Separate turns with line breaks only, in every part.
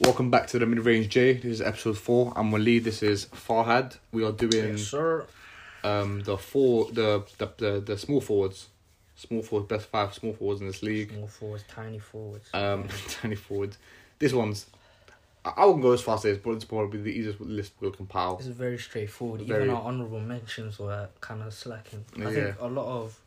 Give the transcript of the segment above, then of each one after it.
Welcome back to the Mid Range J. This is episode four. I'm Waleed. This is Farhad. We are doing
sir.
um the four the the, the the small forwards, small forwards best five small forwards in this league.
Small forwards, tiny forwards.
Um, tiny forwards. This one's I, I wouldn't go as fast as, but it's probably the easiest list we'll compile.
This is very straightforward.
Very-
Even our honourable mentions were kind of slacking. I
Yeah.
think a lot of,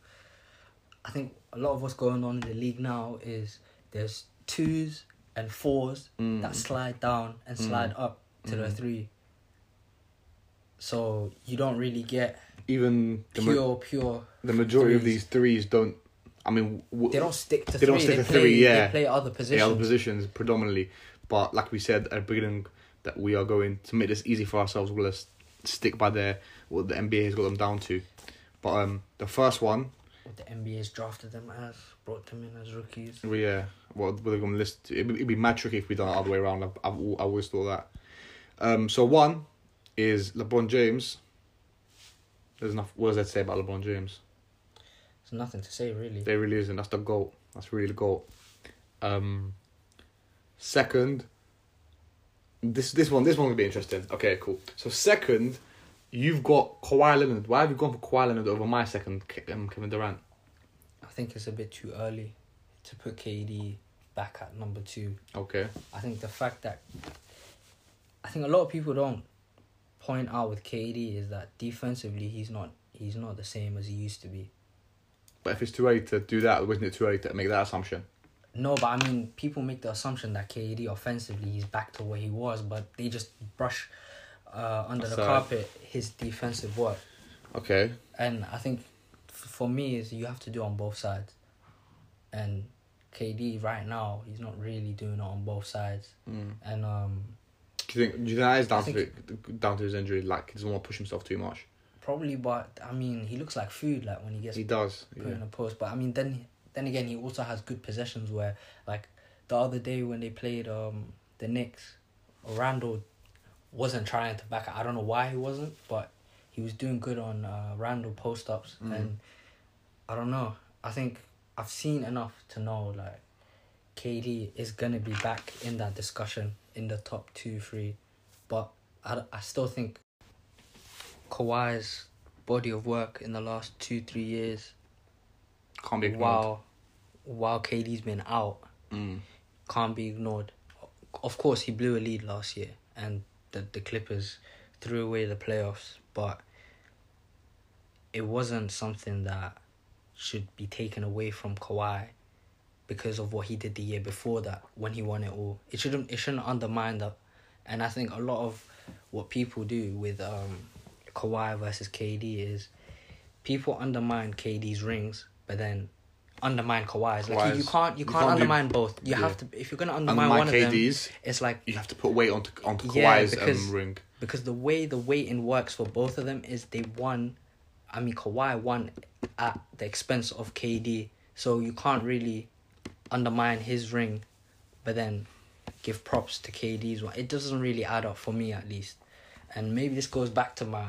I think a lot of what's going on in the league now is there's twos and fours
Mm.
that slide down and slide up to the three. So you don't really get
Even the ma-
pure, pure.
the majority of
threes.
these threes don't. I mean, w-
They don't stick to
They
three.
don't stick to
they play,
three, yeah.
They play
they are
other
the
positions.
positions predominantly. But like we said at the beginning, that we are going to make this easy for ourselves. We'll just stick by their what the NBA has got them down to. But um, the first one,
What the NBA's drafted them as, brought them in as rookies.
we uh, what we're going to list. It'd be, it'd be mad tricky if we done it the other way around. I've, I've al- I always thought that. Um, so one is LeBron James. There's enough. What does that say about LeBron James?
There's nothing to say really.
There really isn't. That's the goal. That's really the goal. Um, second, this this one this one would be interesting. Okay, cool. So second, you've got Kawhi Leonard. Why have you gone for Kawhi Leonard over my second, Ke- um, Kevin Durant?
I think it's a bit too early to put KD back at number two.
Okay.
I think the fact that I think a lot of people don't point out with KD is that defensively he's not he's not the same as he used to be.
But if it's too early to do that, wasn't it too early to make that assumption?
No, but I mean people make the assumption that KD offensively he's back to where he was, but they just brush uh, under the
Aside.
carpet his defensive work.
Okay.
And I think f- for me is you have to do on both sides. And KD right now he's not really doing it on both sides.
Mm.
And um,
Do you think do you think that is down
I
to it, down to his injury? Like he doesn't want to push himself too much.
probably, but I mean he looks like food like when he gets
He does.
put
Yeah.
in a post. But I mean then then again he also has good possessions where like the other day when they played um the Knicks, Randall wasn't trying to back. I don't know why he wasn't, but he was doing good on uh, Randall post ups
Mhm.
and I don't know. I think I've seen enough to know like KD is gonna be back in that discussion in the top two three, but I, I still think Kawhi's body of work in the last two three years
Can't be ignored.
while while KD's been out
Mm.
can't be ignored. Of course, he blew a lead last year, and the the Clippers threw away the playoffs, but it wasn't something that should be taken away from Kawhi because of what he did the year before that when he won it all. It shouldn't it shouldn't undermine that, and I think a lot of what people do with um Kawhi versus KD is people undermine KD's rings, but then undermine Kawhi's. Like you, you
Kawhi's.
can't you
You
can't,
can't do-
undermine both. You
Yeah.
have to if you're gonna
And
undermine
my
one of them.
KDs,
It's like
you have to put weight onto onto
Yeah,
Kawhi's
because-
um, ring.
because the way the weighting works for both of them is they won. I mean, Kawhi won at the expense of KD, so you can't really undermine his ring, but then give props to KD's one. It doesn't really add up for me, at least. And maybe this goes back to my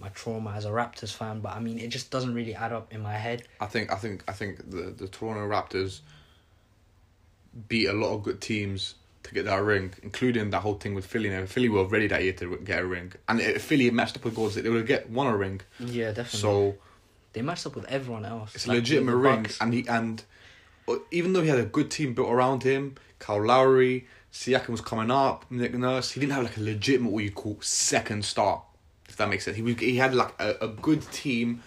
my trauma as a Raptors fan, but I mean, it just doesn't really add up in my head.
I think I think I think the the Toronto Raptors beat a lot of good teams to get that ring, including that whole thing with Philly. Now Philly were ready that year to get a ring, and if Philly matched up with goals, they would have get one a ring.
Yeah, definitely.
So
they matched up with everyone else.
it's
Like,
a legitimate
the
ring,
Bucks-
and he and uh, even though he had a good team built around him, Kyle Lowry, Siakam was coming up, Nick Nurse, he didn't have like a legitimate what you call second star, if that makes sense. He was- he had like a, a good team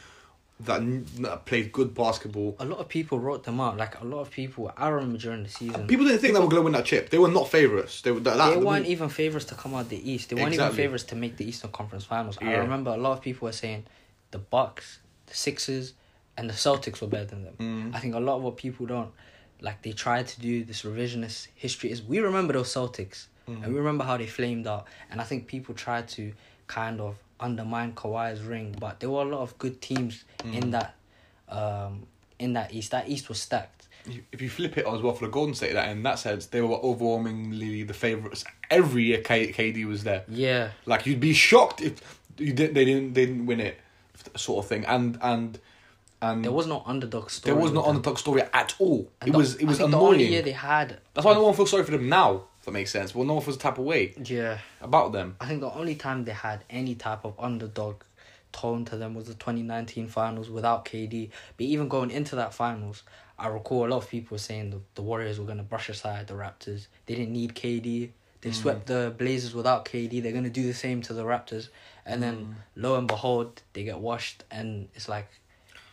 that, n- that played good basketball.
a lot of people wrote them out. Like a lot of people, I remember during the season.
People didn't think they were going to win that chip. They were not favourites. They were that. that
they weren't even favorites to come out the East. They weren't even
Exactly.
favorites to make the Eastern Conference Finals. I
Yeah.
remember a lot of people were saying the Bucks, the Sixers, and the Celtics were better than them.
Mm.
I think a lot of what people don't like they try to do this revisionist history is we remember those Celtics
Mm.
and we remember how they flamed out. And I think people try to kind of undermine Kawhi's ring, but there were a lot of good teams in
Mm.
that um in that East. That East was stacked.
if you flip it as well for the Golden State, that in that sense they were overwhelmingly the favourites. Every year K- KD was there.
Yeah.
Like you'd be shocked if you didn't. They didn't. They didn't win it, sort of thing. And and and
There was no underdog story.
there was
with
no
them.
underdog story at all.
And
it
the-
was it
I
was
think
annoying.
The only year they had
That's why no one feels sorry for them now. If that makes sense. Well, North was a type of way
Yeah.
about them.
I think the only time they had any type of underdog tone to them was the 2019 finals without KD. But even going into that finals, I recall a lot of people saying the, the Warriors were going to brush aside the Raptors. They didn't need KD. They
Mm.
swept the Blazers without KD. They're going to do the same to the Raptors. And then
Mm.
lo and behold, they get washed. And it's like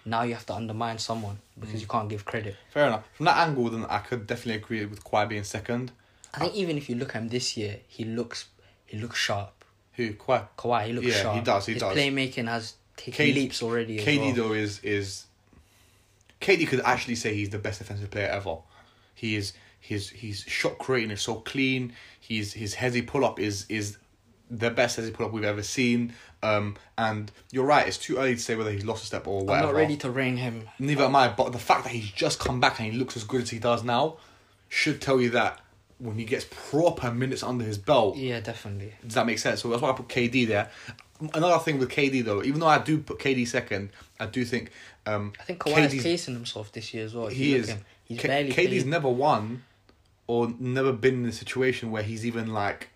now you have to undermine someone because
Mm.
you can't give credit.
Fair enough. From that angle, then I could definitely agree with Kawhi being second.
I think even if you look at him this year, he looks he looks sharp.
Who Kawhi?
Kawhi, he looks
Yeah, he
sharp.
does, he
His
does.
playmaking has taken
KD
leaps already. as
KD
well.
though is is KD could actually say he's the best defensive player ever. He is his his shot creating is so clean. He's his hezzy pull up is is the best hezzy pull up we've ever seen. Um, and you're right. It's too early to say whether he's lost a step or
I'm
whatever.
not ready to reign him.
Neither am I. But the fact that he's just come back and he looks as good as he does now should tell you that when he gets proper minutes under his belt,
Yeah, definitely.
does that make sense? So that's why I put KD there. Another thing with KD though, even though I do put KD second, I do think um,
I think Kawhi is
KD's
casing himself this year as well. If
he
you look
is.
at Him, he's
K-
barely.
KD's
played.
never won or never been in a situation where he's even like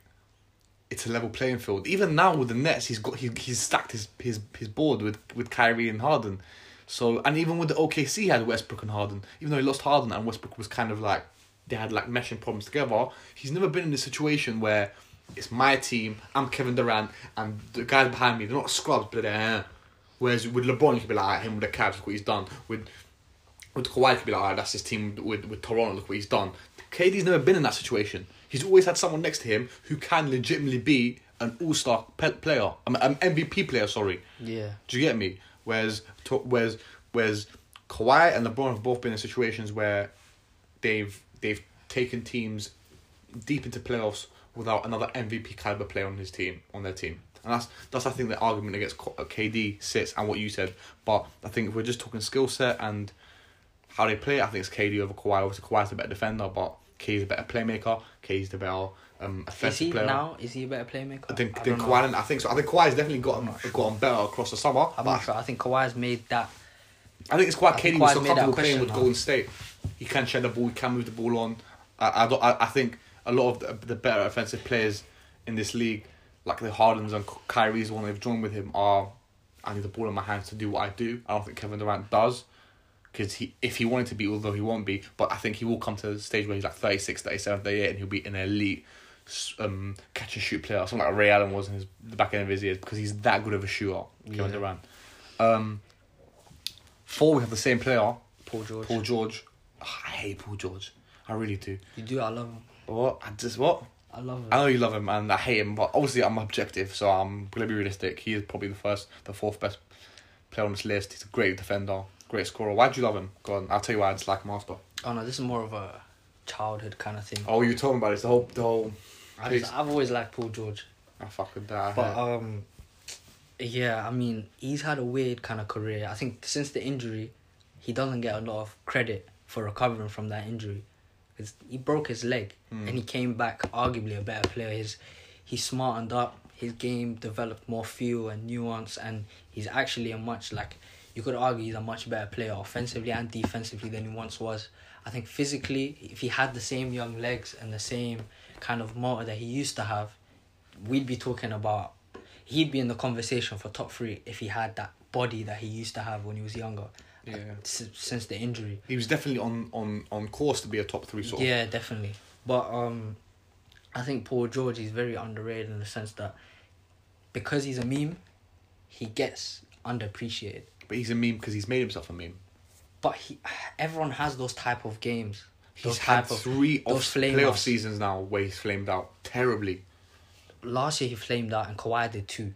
it's a level playing field. Even now with the Nets, he's got he, he's stacked his, his his board with with Kyrie and Harden. So and even with the OKC he had Westbrook and Harden, even though he lost Harden and Westbrook was kind of like they had like meshing problems together. He's never been in a situation where it's my team. I'm Kevin Durant and the guys behind me. They're not scrubs, but they're. eh. Whereas with LeBron, you could be like, "Ah, him with the Cavs, look what he's done. With with Kawhi could be like, "Ah, that's his team with, with Toronto, look what he's done. KD's never been in that situation. He's always had someone next to him who can legitimately be an all star pe- player, um, an MVP player, sorry.
Yeah.
Do you get me? Whereas, to, whereas, whereas Kawhi and LeBron have both been in situations where they've they've taken teams deep into playoffs without another MVP caliber player on his team on their team, and that's that's I think the argument against K- KD sits and what you said. But I think if we're just talking skill set and how they play, I think it's KD over Kawhi. Obviously, Kawhi's the better defender, but KD's the better playmaker. KD's the better um,
Is
offensive
he
player.
now? Is he a better playmaker?
I think,
I
think
don't
Kawhi,
know.
and I think so. I think Kawhi's definitely gotten gotten better across the summer.
I'm
but
not sure. I think Kawhi's made that.
I think it's quite
I
Katie
think
was
Kawhi
so
made that
comfortable playing
question
with
now.
Golden State. He can share the ball. He can move the ball on. I I, don't, I, I think a lot of the, the better offensive players in this league, like the Hardens and Kyrie's, the one they've joined with him, are I need the ball in my hands to do what I do. I don't think Kevin Durant does. Because he, if he wanted to be, although he won't be, but I think he will come to the stage where he's like 36, 37, 38, and he'll be an elite s- um, catch and shoot player, something like Ray Allen was in his, the back end of his years, because he's that good of a shooter, Kevin
Yeah.
Durant. Um, four, we have the same player,
Paul George.
Paul George. Ah, I hate Paul George. I really do.
You do. I love him.
But what? I just what?
I love him.
I know you love him and I hate him, but obviously I'm objective, so I'm gonna be realistic. He is probably the first, the fourth best player on this list. He's a great defender, great scorer. Why do you love him? Go on, I'll tell you why I dislike him after.
oh no, this is more of a childhood kind of thing.
Oh, you were talking about this the whole, the whole.
I just, I've always liked Paul George.
I fucking die.
But um, yeah, I mean, he's had a weird kind of career. I think since the injury, he doesn't get a lot of credit for recovering from that injury. 'Cause he broke his leg and he came back arguably a better player. His he smartened up. His game developed more feel and nuance, and he's actually a much like you could argue he's a much better player offensively and defensively than he once was. I think physically, if he had the same young legs and the same kind of motor that he used to have, we'd be talking about he'd be in the conversation for top three if he had that body that he used to have when he was younger.
Yeah.
S- since the injury.
he was definitely on on on course to be a top three sort. of-
Yeah, definitely. But um, I think Paul George is very underrated in the sense that because he's a meme, he gets underappreciated.
But he's a meme because he's made himself a meme.
But he, everyone has those type of games.
He's
those
had
type of
three
those
off,
flame
playoff
outs.
seasons now where he's flamed out terribly.
Last year he flamed out and Kawhi did too.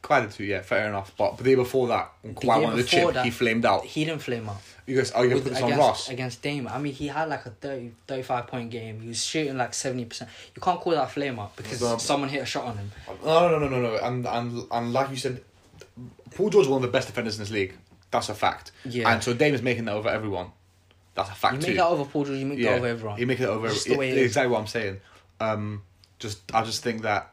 Quite the two, yeah, fair enough. But the day before that, when
The
Kawhi
year
won the
before
chip, he
that-
flamed out.
He didn't flame out.
You guys, oh, you're gonna
with,
put this on
against,
Ross?
against Dame. I mean, he had like a 30, 35 point game. He was shooting like 70%. You can't call that flame up because
But-
someone hit a shot on him.
No, no, no, no, no. And and and like you said, Paul George is one of the best defenders in this league. That's a fact.
Yeah.
And so Dame is making that over everyone. That's a
You
fact too.
make that over Paul George, you make that over everyone.
He make it over
Just
every-
the way
yeah,
it is.
exactly what I'm saying. Um, just I just think that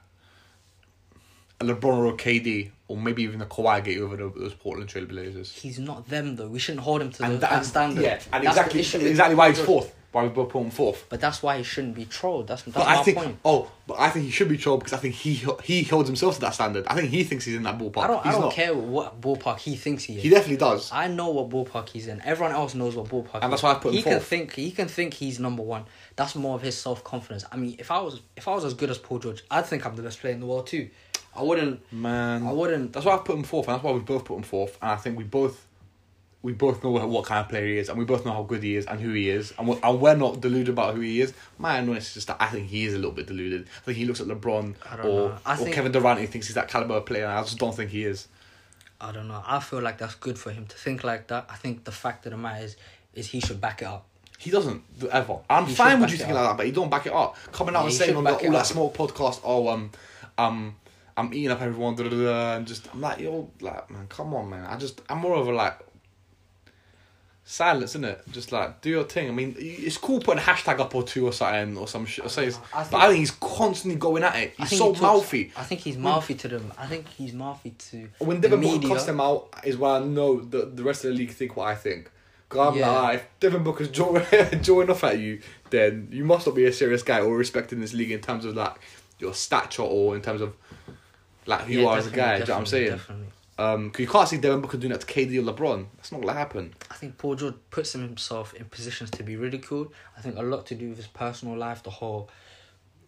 a LeBron or a KD or maybe even a Kawhi get you over the, those Portland Trail Blazers.
He's not them though. We shouldn't hold him to the,
And
that
that,
standard.
yeah, and
That's the
exactly
issue with
exactly why
Paul
he's
George.
fourth. Why we both put him fourth?
But that's why he shouldn't be trolled. That's, that's
But
my
I think
point.
oh, but I think he should be trolled because I think he he holds himself to that standard. I think he thinks he's in that ballpark.
I don't.
he's
I don't
not.
care what ballpark he thinks he is.
He definitely does.
I know what ballpark he's in. Everyone else knows what ballpark.
And that's
he-
why I put him
he can
fourth.
think. He can think he's number one. That's more of his self confidence. I mean, if I was if I was as good as Paul George, I'd think I'm the best player in the world too. I wouldn't.
Man,
I wouldn't.
That's why I put him fourth, and that's why we both put him fourth. And I think we both, we both know what kind of player he is, and we both know how good he is, and who he is, and we're, and we're not deluded about who he is. My annoyance is just that I think he is a little bit deluded. I think he looks at LeBron
I don't
or,
know. I
or
think-
Kevin Durant, and he thinks he's that caliber of player, and I just don't think he is.
I don't know. I feel like that's good for him to think like that. I think the fact of the matter is, is he should back it up.
He doesn't do- ever. I'm
He should
fine with
back
you
it
thinking
up.
like that, but he don't back it up. Coming out
Yeah,
and
he
saying
should
on the
back it
all that
up.
smoke podcast, oh um, um, I'm eating up everyone, da, da, da, da, and just I'm like yo, like man, come on, man. I just I'm more of a like silence, isn't it? Just like do your thing. I mean, y- it's cool putting a hashtag up or two or something or some shit. Or say, it's-
I think-
but I think he's constantly going at it.
I
He's
think
so
he talks-
mouthy.
I think he's mouthy to them. I think he's mouthy to
When
the
Devin Booker
media.
cussed him out, is where I know the, the rest of the league think what I think. Because I'm
Yeah.
like, "Ah, if Devin Booker's jawing, jawing off at you, then you must not be a serious guy or respected in this league in terms of like your stature or in terms of like who
Yeah,
you are as a
definitely,
guy. Do you know what I'm
definitely,
saying?
Definitely.
Um, 'cause you can't see Devin Booker doing that to KD or LeBron. That's not gonna happen.
I think Paul George puts him himself in positions to be ridiculed. I think a lot to do with his personal life, the whole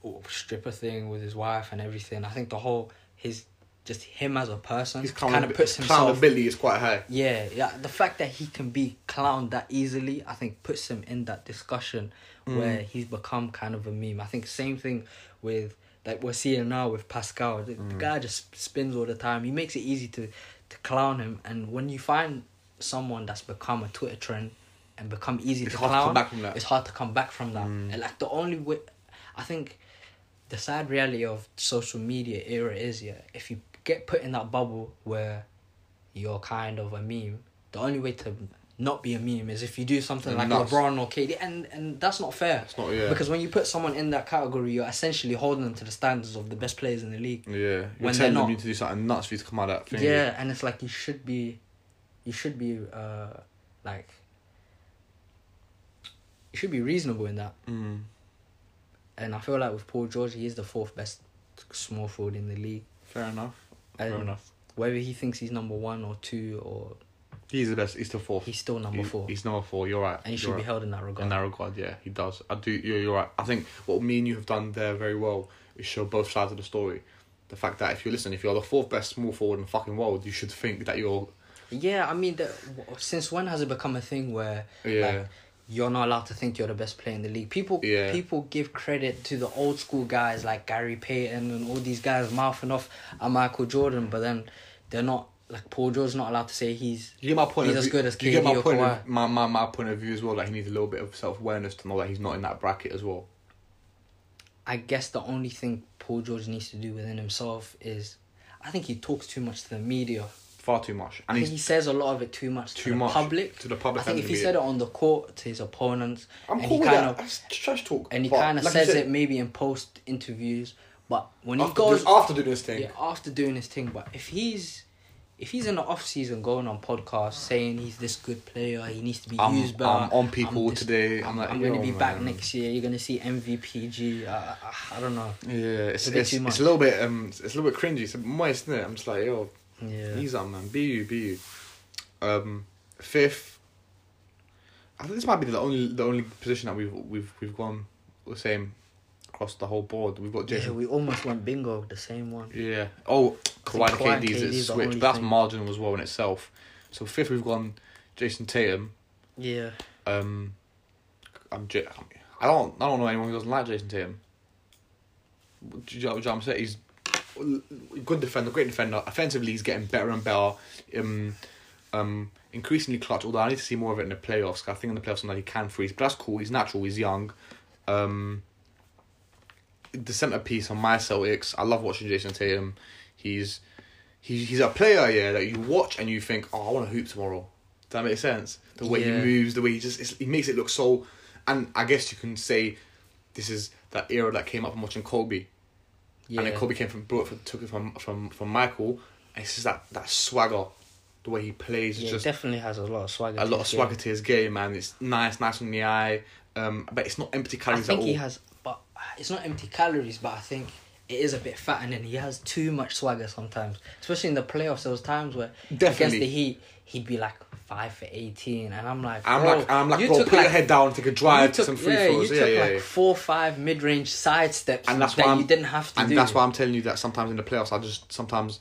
oh, stripper thing with his wife and everything. I think the whole his just him as a person
His
kind of
clown-
puts
his clown
himself.
ability is quite high.
Yeah, yeah. The fact that he can be clowned that easily, I think, puts him in that discussion
Mm.
where he's become kind of a meme. I think same thing with like we're seeing now with Pascal. The,
Mm.
the guy just spins all the time. He makes it easy to to clown him. And when you find someone that's become a Twitter trend and become easy
It's
to
hard to
clown,
come back from that.
it's hard to come back from that.
Mm.
And like the only way, I think, the sad reality of social media era is yeah, if you get put in that bubble where you're kind of a meme, the only way to not be a meme is if you do something
And
like
nuts.
LeBron or KD, and and that's not fair.
It's not yeah.
Because when you put someone in that category, you're essentially holding them to the standards of the best players in the league.
yeah, you're
when they're
telling them
not-
you need to do something nuts for you to come out of that thing.
Yeah, and it's like you should be, you should be uh, like, you should be reasonable in that.
Mm.
And I feel like with Paul George, he is the fourth best small forward in the league.
Fair enough.
And
Fair enough.
Whether he thinks he's number one or two, or
He's the best. He's still fourth.
he's still number
He-
four,
He's number four. You're right.
and he
You're
should
right.
be held in that
In
regard.
that regard, yeah, he does. I do. You're, you're right. I think what me and you have done there very well is show both sides of the story. The fact that if you listen, if you're the fourth best small forward in the fucking world, you should think that you're.
Yeah, I mean, the, w- since when has it become a thing where
Yeah.
you're not allowed to think you're the best player in the league? People,
Yeah.
people give credit to the old school guys like Gary Payton and all these guys mouthing off at Michael Jordan, but then they're not like Paul George's not allowed to say he's
you get my point
He's
of
as
view.
good as
you get
KD
my
or
point
Kawhi.
of, my, my, my point of view as well. That he needs a little bit of self awareness to know that he's not in that bracket as well.
I guess the only thing Paul George needs to do within himself is, I think he talks too much to the media.
Far too much,
I
and he's
think he says a lot of it too much to
Too
the
much
public.
to the public
I think
and
if
the
he
media.
said it on the court to his opponents,
I'm
and
cool
he
with
kind
that.
of
That's trash talk.
and he
but
kind of
like you
says
said,
it maybe in post interviews, but when he
after,
goes
doing, after doing this thing.
yeah, after doing his thing, but if he's if he's in the off season going on podcasts saying he's this good player, he needs to be
I'm-
used better.
I'm on people today, I'm like,
I'm gonna
yo,
be back
man.
next year. You're gonna see MVPG. Uh, uh, I don't know.
Yeah, it's
A bit
it's,
too
it's
much.
a little bit um it's a little bit cringy, it's a bit moist, isn't it? I'm just like yo,
Yeah.
He's on man. Be you, be you. Um, fifth. I think this might be the only the only position that we've we've we've gone the same across the whole board. We've got
yeah,
Jason.
we almost went bingo with the same one.
Yeah. Oh, Kawhi and
Kawhi and
KD
KD
is
's the
switch,
only
but that's
thing.
marginal as well in itself. So fifth, we've gone Jason Tatum.
Yeah.
Um, I'm J- I don't I don't know anyone who doesn't like Jason Tatum. Do you know what I'm saying? He's a good defender, great defender. Offensively, he's getting better and better. Um, um, increasingly clutch. Although I need to see more of it in the playoffs. 'cause I think in the playoffs sometimes he can freeze, but that's cool. He's natural. He's young. Um, the centerpiece on my Celtics. I love watching Jason Tatum. He's he's he's a player, yeah, that you watch and you think, oh, I want to hoop tomorrow. Does that make sense? The way
Yeah.
he moves, the way he just it's, he makes it look so. And I guess you can say this is that era that came up from watching Kobe
Yeah.
and then Kobe came from brought from, took it from from from Michael. And it's just that that swagger, the way he plays is
Yeah,
just
definitely has a lot of swagger.
a
to
lot of
his
swagger
game.
to his game, and it's nice, nice on the eye. Um, but it's not empty
I
calories
think
at all.
he has, but it's not empty calories. But I think it is a bit fattening. He has too much swagger sometimes, especially in the playoffs. There was times where against
Definitely.
the Heat, he'd be like five for eighteen, and I'm like,
I'm
bro,
like, I'm like,
Oh, you
bro,
took
put your head down, take a
you
drive,
took-
some free
yeah,
throws.
You
Yeah,
took
yeah,
like
yeah.
four, five mid-range side steps,
and that's
that
why I'm,
you didn't have to
and
do.
that's why I'm telling you that sometimes in the playoffs, I just sometimes.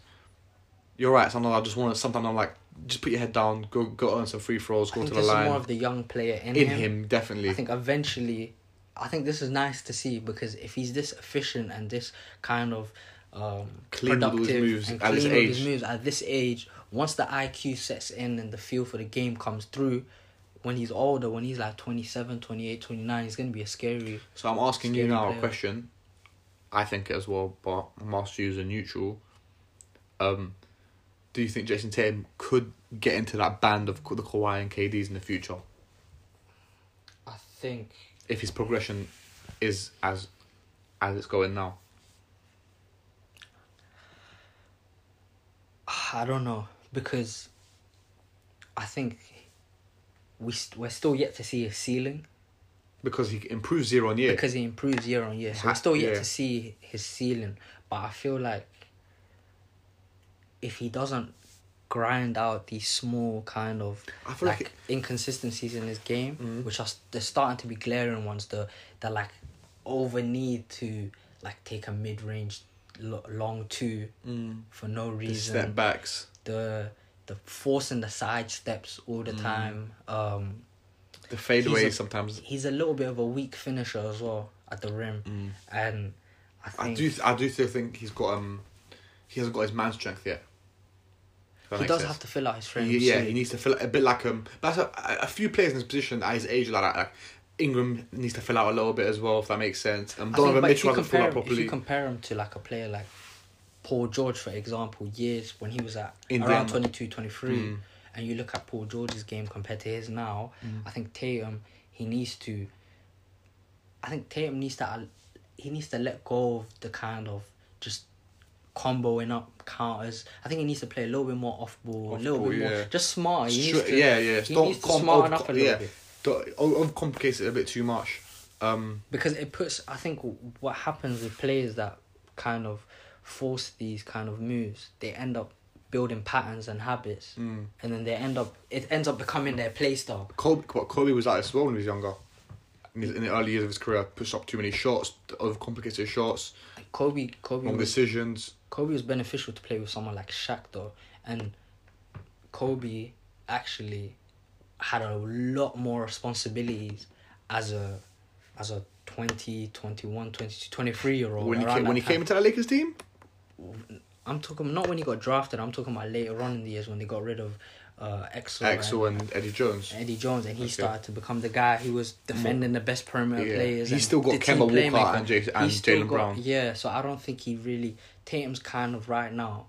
You're right. Sometimes I just want to. Sometimes I'm like, just put your head down, go go earn some free throws,
I
go to
think
the
this is
line.
more of the young player in,
in
him.
him, definitely.
I think eventually, I think this is nice to see because if he's this efficient and this kind of um,
Clean with all his
productive
moves
and
at his
clean with his
age.
moves at this age, once the IQ sets in and the feel for the game comes through, when he's older, when he's like 27, 28, 29, he's going to be a scary.
so I'm asking you
Scary
now
player.
a question. I think as well, but I'm asking you as a neutral. Um, do you think Jason Tatum could get into that band of Ka- the Kawhi and KDs in the future
I think
if his progression is as as it's going now?
I don't know because I think we st- we're still yet to see his ceiling
Because he improves year on year.
because he improves year on year. So
Ha-
we're still yet
yeah.
to see his ceiling, but I feel like if he doesn't grind out these small kind of
I feel like Mm-hmm.
like inconsistencies in his game, which are s- they're starting to be glaring ones. The the like over need to like take a mid range lo- long two
Mm.
for no
The
reason
step backs.
the the force and the side steps all
Mm.
the time. Um,
the
He's
fadeaways
a-
sometimes.
he's a little bit of a weak finisher as well at the rim,
Mm.
and I
I
think
do. Th- I do still think he's got. Um, he hasn't got his man strength yet. If that
he
makes
does
sense.
have to fill out his frame.
He- yeah, he
soon.
needs to fill a bit like um. That's a, a few players in his position at his age like that. Like Ingram needs to fill out a little bit as well, if that makes sense. Um,
I think,
Donovan
but if
Mitchell
you
hasn't filled
compare
out
him, if
properly.
you compare him to like a player like Paul George, for example, years when he was at around
Indiana.
22, 23,
Mm.
and you look at Paul George's game compared to his now,
Mm.
I think Tatum he needs to. I think Tatum needs to al- he needs to let go of the kind of just comboing up counters. I think he needs to play a little bit more off ball, a
Off
little
ball,
bit more
yeah.
just smarter. He
Stra-
needs to,
yeah, yeah.
He
Don't
needs to
com-
smarten
over-
up a little
yeah.
bit
Don't overcomplicate it a bit too much. Um,
because it puts i think what happens with players that kind of force these kind of moves they end up building patterns and habits
Mm.
and then they end up it ends up becoming their play style
Kobe, what Kobe was like as well when he was younger. In, his, in the early years of his career, pushed up too many shots, overcomplicated shots,
Like, kobe kobe
wrong
was,
decisions.
kobe was beneficial to play with someone like Shaq though and kobe actually had a lot more responsibilities as a as a 20 21 22 23 year old
When he came, when he came into the Lakers team,
I'm talking not when he got drafted. I'm talking about later on in the years when they got rid of uh, Exo,
Axel and Eddie Jones.
and Eddie Jones, and he
Okay.
started to become the guy who was defending the best perimeter
Yeah.
players.
He's
and
still got
the team
Kemba Walker
playmaker.
and Jason-
He's
and
still
Jaylen
got-
Brown.
Yeah, so I don't think he really Tatum's kind of right now.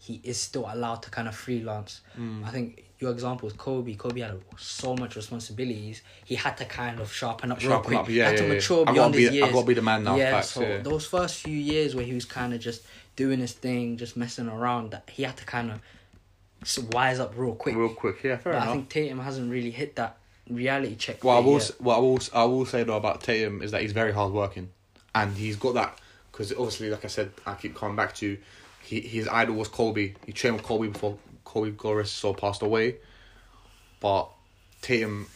He is still allowed to kind of freelance.
Mm.
I think your example is Kobe. Kobe had so much responsibilities. He had to kind of sharpen up real
Sharpen
quick.
up, yeah,
had to
yeah, yeah.
mature
I've gotta
beyond
be
his
the- I've
years.
gotta be the man now,
Yeah,
facts,
so
yeah.
those first few years where he was kind of just doing his thing, just messing around, that he had to kind of wise up real quick.
Real quick, yeah, fair
But
enough.
I think Tatum hasn't really hit that reality check.
What I
bit
will,
yet.
s what I will, s- I will say though about Tatum is that he's very hard working, and he's got that because obviously, like I said, I keep coming back to, he his idol was Kobe. He trained with Kobe before Kobe Goris so passed away, but Tatum,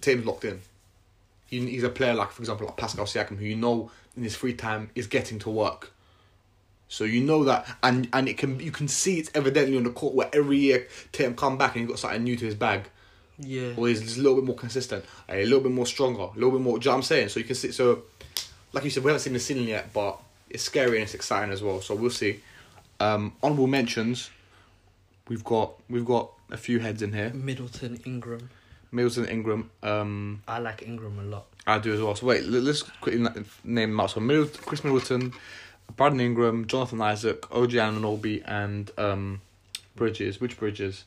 Tatum's locked in. He, he's a player like, for example, like Pascal Siakam, who you know in his free time is getting to work. So you know that, and and it can you can see it's evidently on the court where every year Tatum come back and he got something new to his bag
yeah.
or he's just a little bit more consistent, a little bit more stronger, a little bit more. Do you know what I'm saying? So you can see. So, like you said, we haven't seen the ceiling yet, but it's scary and it's exciting as well. So we'll see. Um, honorable mentions. We've got we've got a few heads in here.
Middleton, Ingram.
Mills and Ingram. Um,
I like Ingram a lot.
I do as well. So wait, let- let's quickly na- name them out. So Middleton, Chris Middleton, Braden Ingram, Jonathan Isaac, OG Ananobi, and um, Bridges. Which Bridges?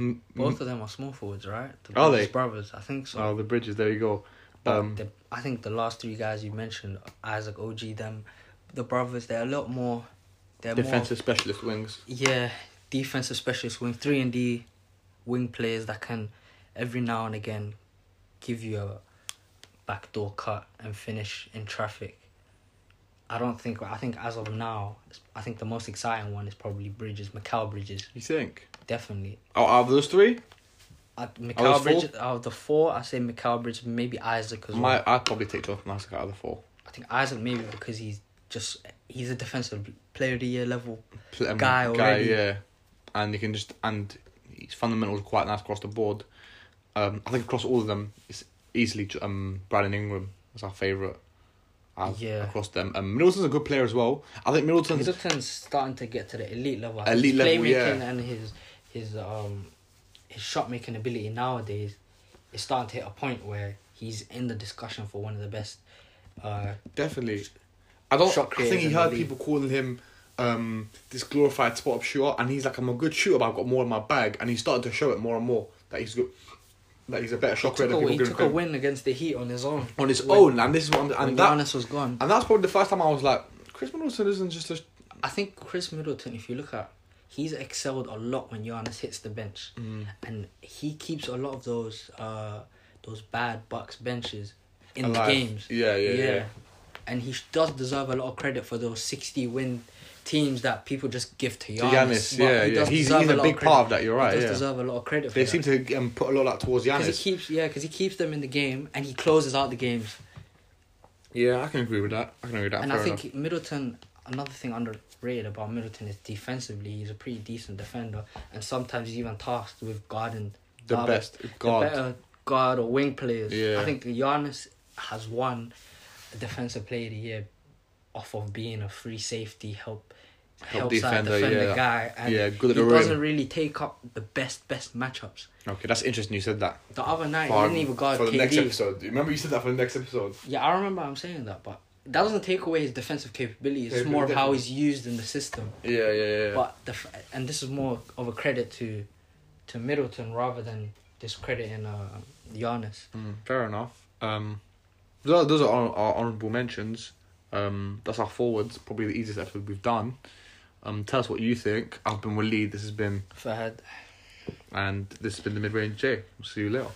M-
Both of them are small forwards, right? The
Mm. Are
Bridges
they?
brothers? I think so.
oh, the Bridges. There you go.
But
Um,
the, I think the last three guys you mentioned, Isaac, OG, them, the brothers, they're a lot more. They're
defensive specialist wings.
more. Yeah, defensive specialist wing, three and D wing players that can every now and again give you a backdoor cut and finish in traffic. I don't think I think as of now, I think the most exciting one is probably Bridges, Macau Bridges,
You think?
definitely.
Oh, out of those three,
I,
Out
Macau
of
Bridges out of the four, I say Macau Bridges, maybe Isaac as well.
my I'd probably take Jonathan Isaac out of the four.
I think Isaac maybe because he's just he's a defensive player of the year level
Pl- um,
Guy already.
yeah, and you can just and his fundamentals are quite nice across the board. Um, I think across all of them, it's easily j- um Brandon Ingram was our favorite. Uh,
Yeah.
across them, um, Middleton's a good player as well. I think Middleton's
Middleton's starting to get to the elite level.
Elite
his
level,
playmaking
yeah.
and his his um his shot making ability nowadays is starting to hit a point where he's in the discussion for one of the best. Uh,
Definitely. I don't.
Shot
I think
creators
he
in
heard
the league.
people calling him um, this glorified spot up shooter, and he's like, "I'm a good shooter, but I've got more in my bag." And he started to show it more and more that he's good, that he's a better shot
took
creator. than
a, he
people give
took a
him credit
win against the Heat on his own.
on his
when-
own, and this is what I'm,
when
and that
Giannis was gone.
and that's probably the first time I was like, Chris Middleton isn't just a
I think Chris Middleton, if you look at, he's excelled a lot when Giannis hits the bench,
Mm.
and he keeps a lot of those uh those bad Bucks benches in
Alive.
the games.
Yeah, yeah, yeah.
And he does deserve a lot of credit for those sixty win teams that people just give to Giannis.
Giannis,
but
yeah,
he
yeah.
does
He's-
deserve
he's a
lot
big
credit.
part of that, you're right,
He does
yeah.
deserve a lot of credit.
They
for
seem to um, put a lot of that towards
because he
Giannis.
keeps yeah because he keeps them in the game and he closes out the games.
Yeah, I can agree with that. I can agree with that.
And
Ah, fair
I think
enough.
Middleton, another thing underrated about Middleton is defensively, he's a pretty decent defender, and sometimes he's even tasked with guarding
the
other-
best
the
guard.
better guard or wing players.
Yeah.
I think Giannis has won a defensive player of the year off of being a free safety help. Help, side
defender,
defender
yeah.
guy, and
Yeah, good at
he
the rim.
doesn't really take up the best best matchups.
okay, that's interesting. You said that.
The other night
For-
he didn't even guard
for the
KD.
next episode. Remember you said that for the next episode.
Yeah, I remember I'm saying that, but that doesn't take away his defensive capabilities. It's
Yeah,
more of how
definitely.
he's used in the system.
Yeah, yeah, yeah.
But the f- and this is more of a credit to to Middleton rather than discrediting uh, Giannis.
Mm, fair enough. Um, those, those are our, our honourable mentions. Um, that's our forwards. Probably the easiest episode we've done. Um, tell us what you think. I've been Waleed. This has been,
Fahad,
and this has been the mid range J. We'll see you later.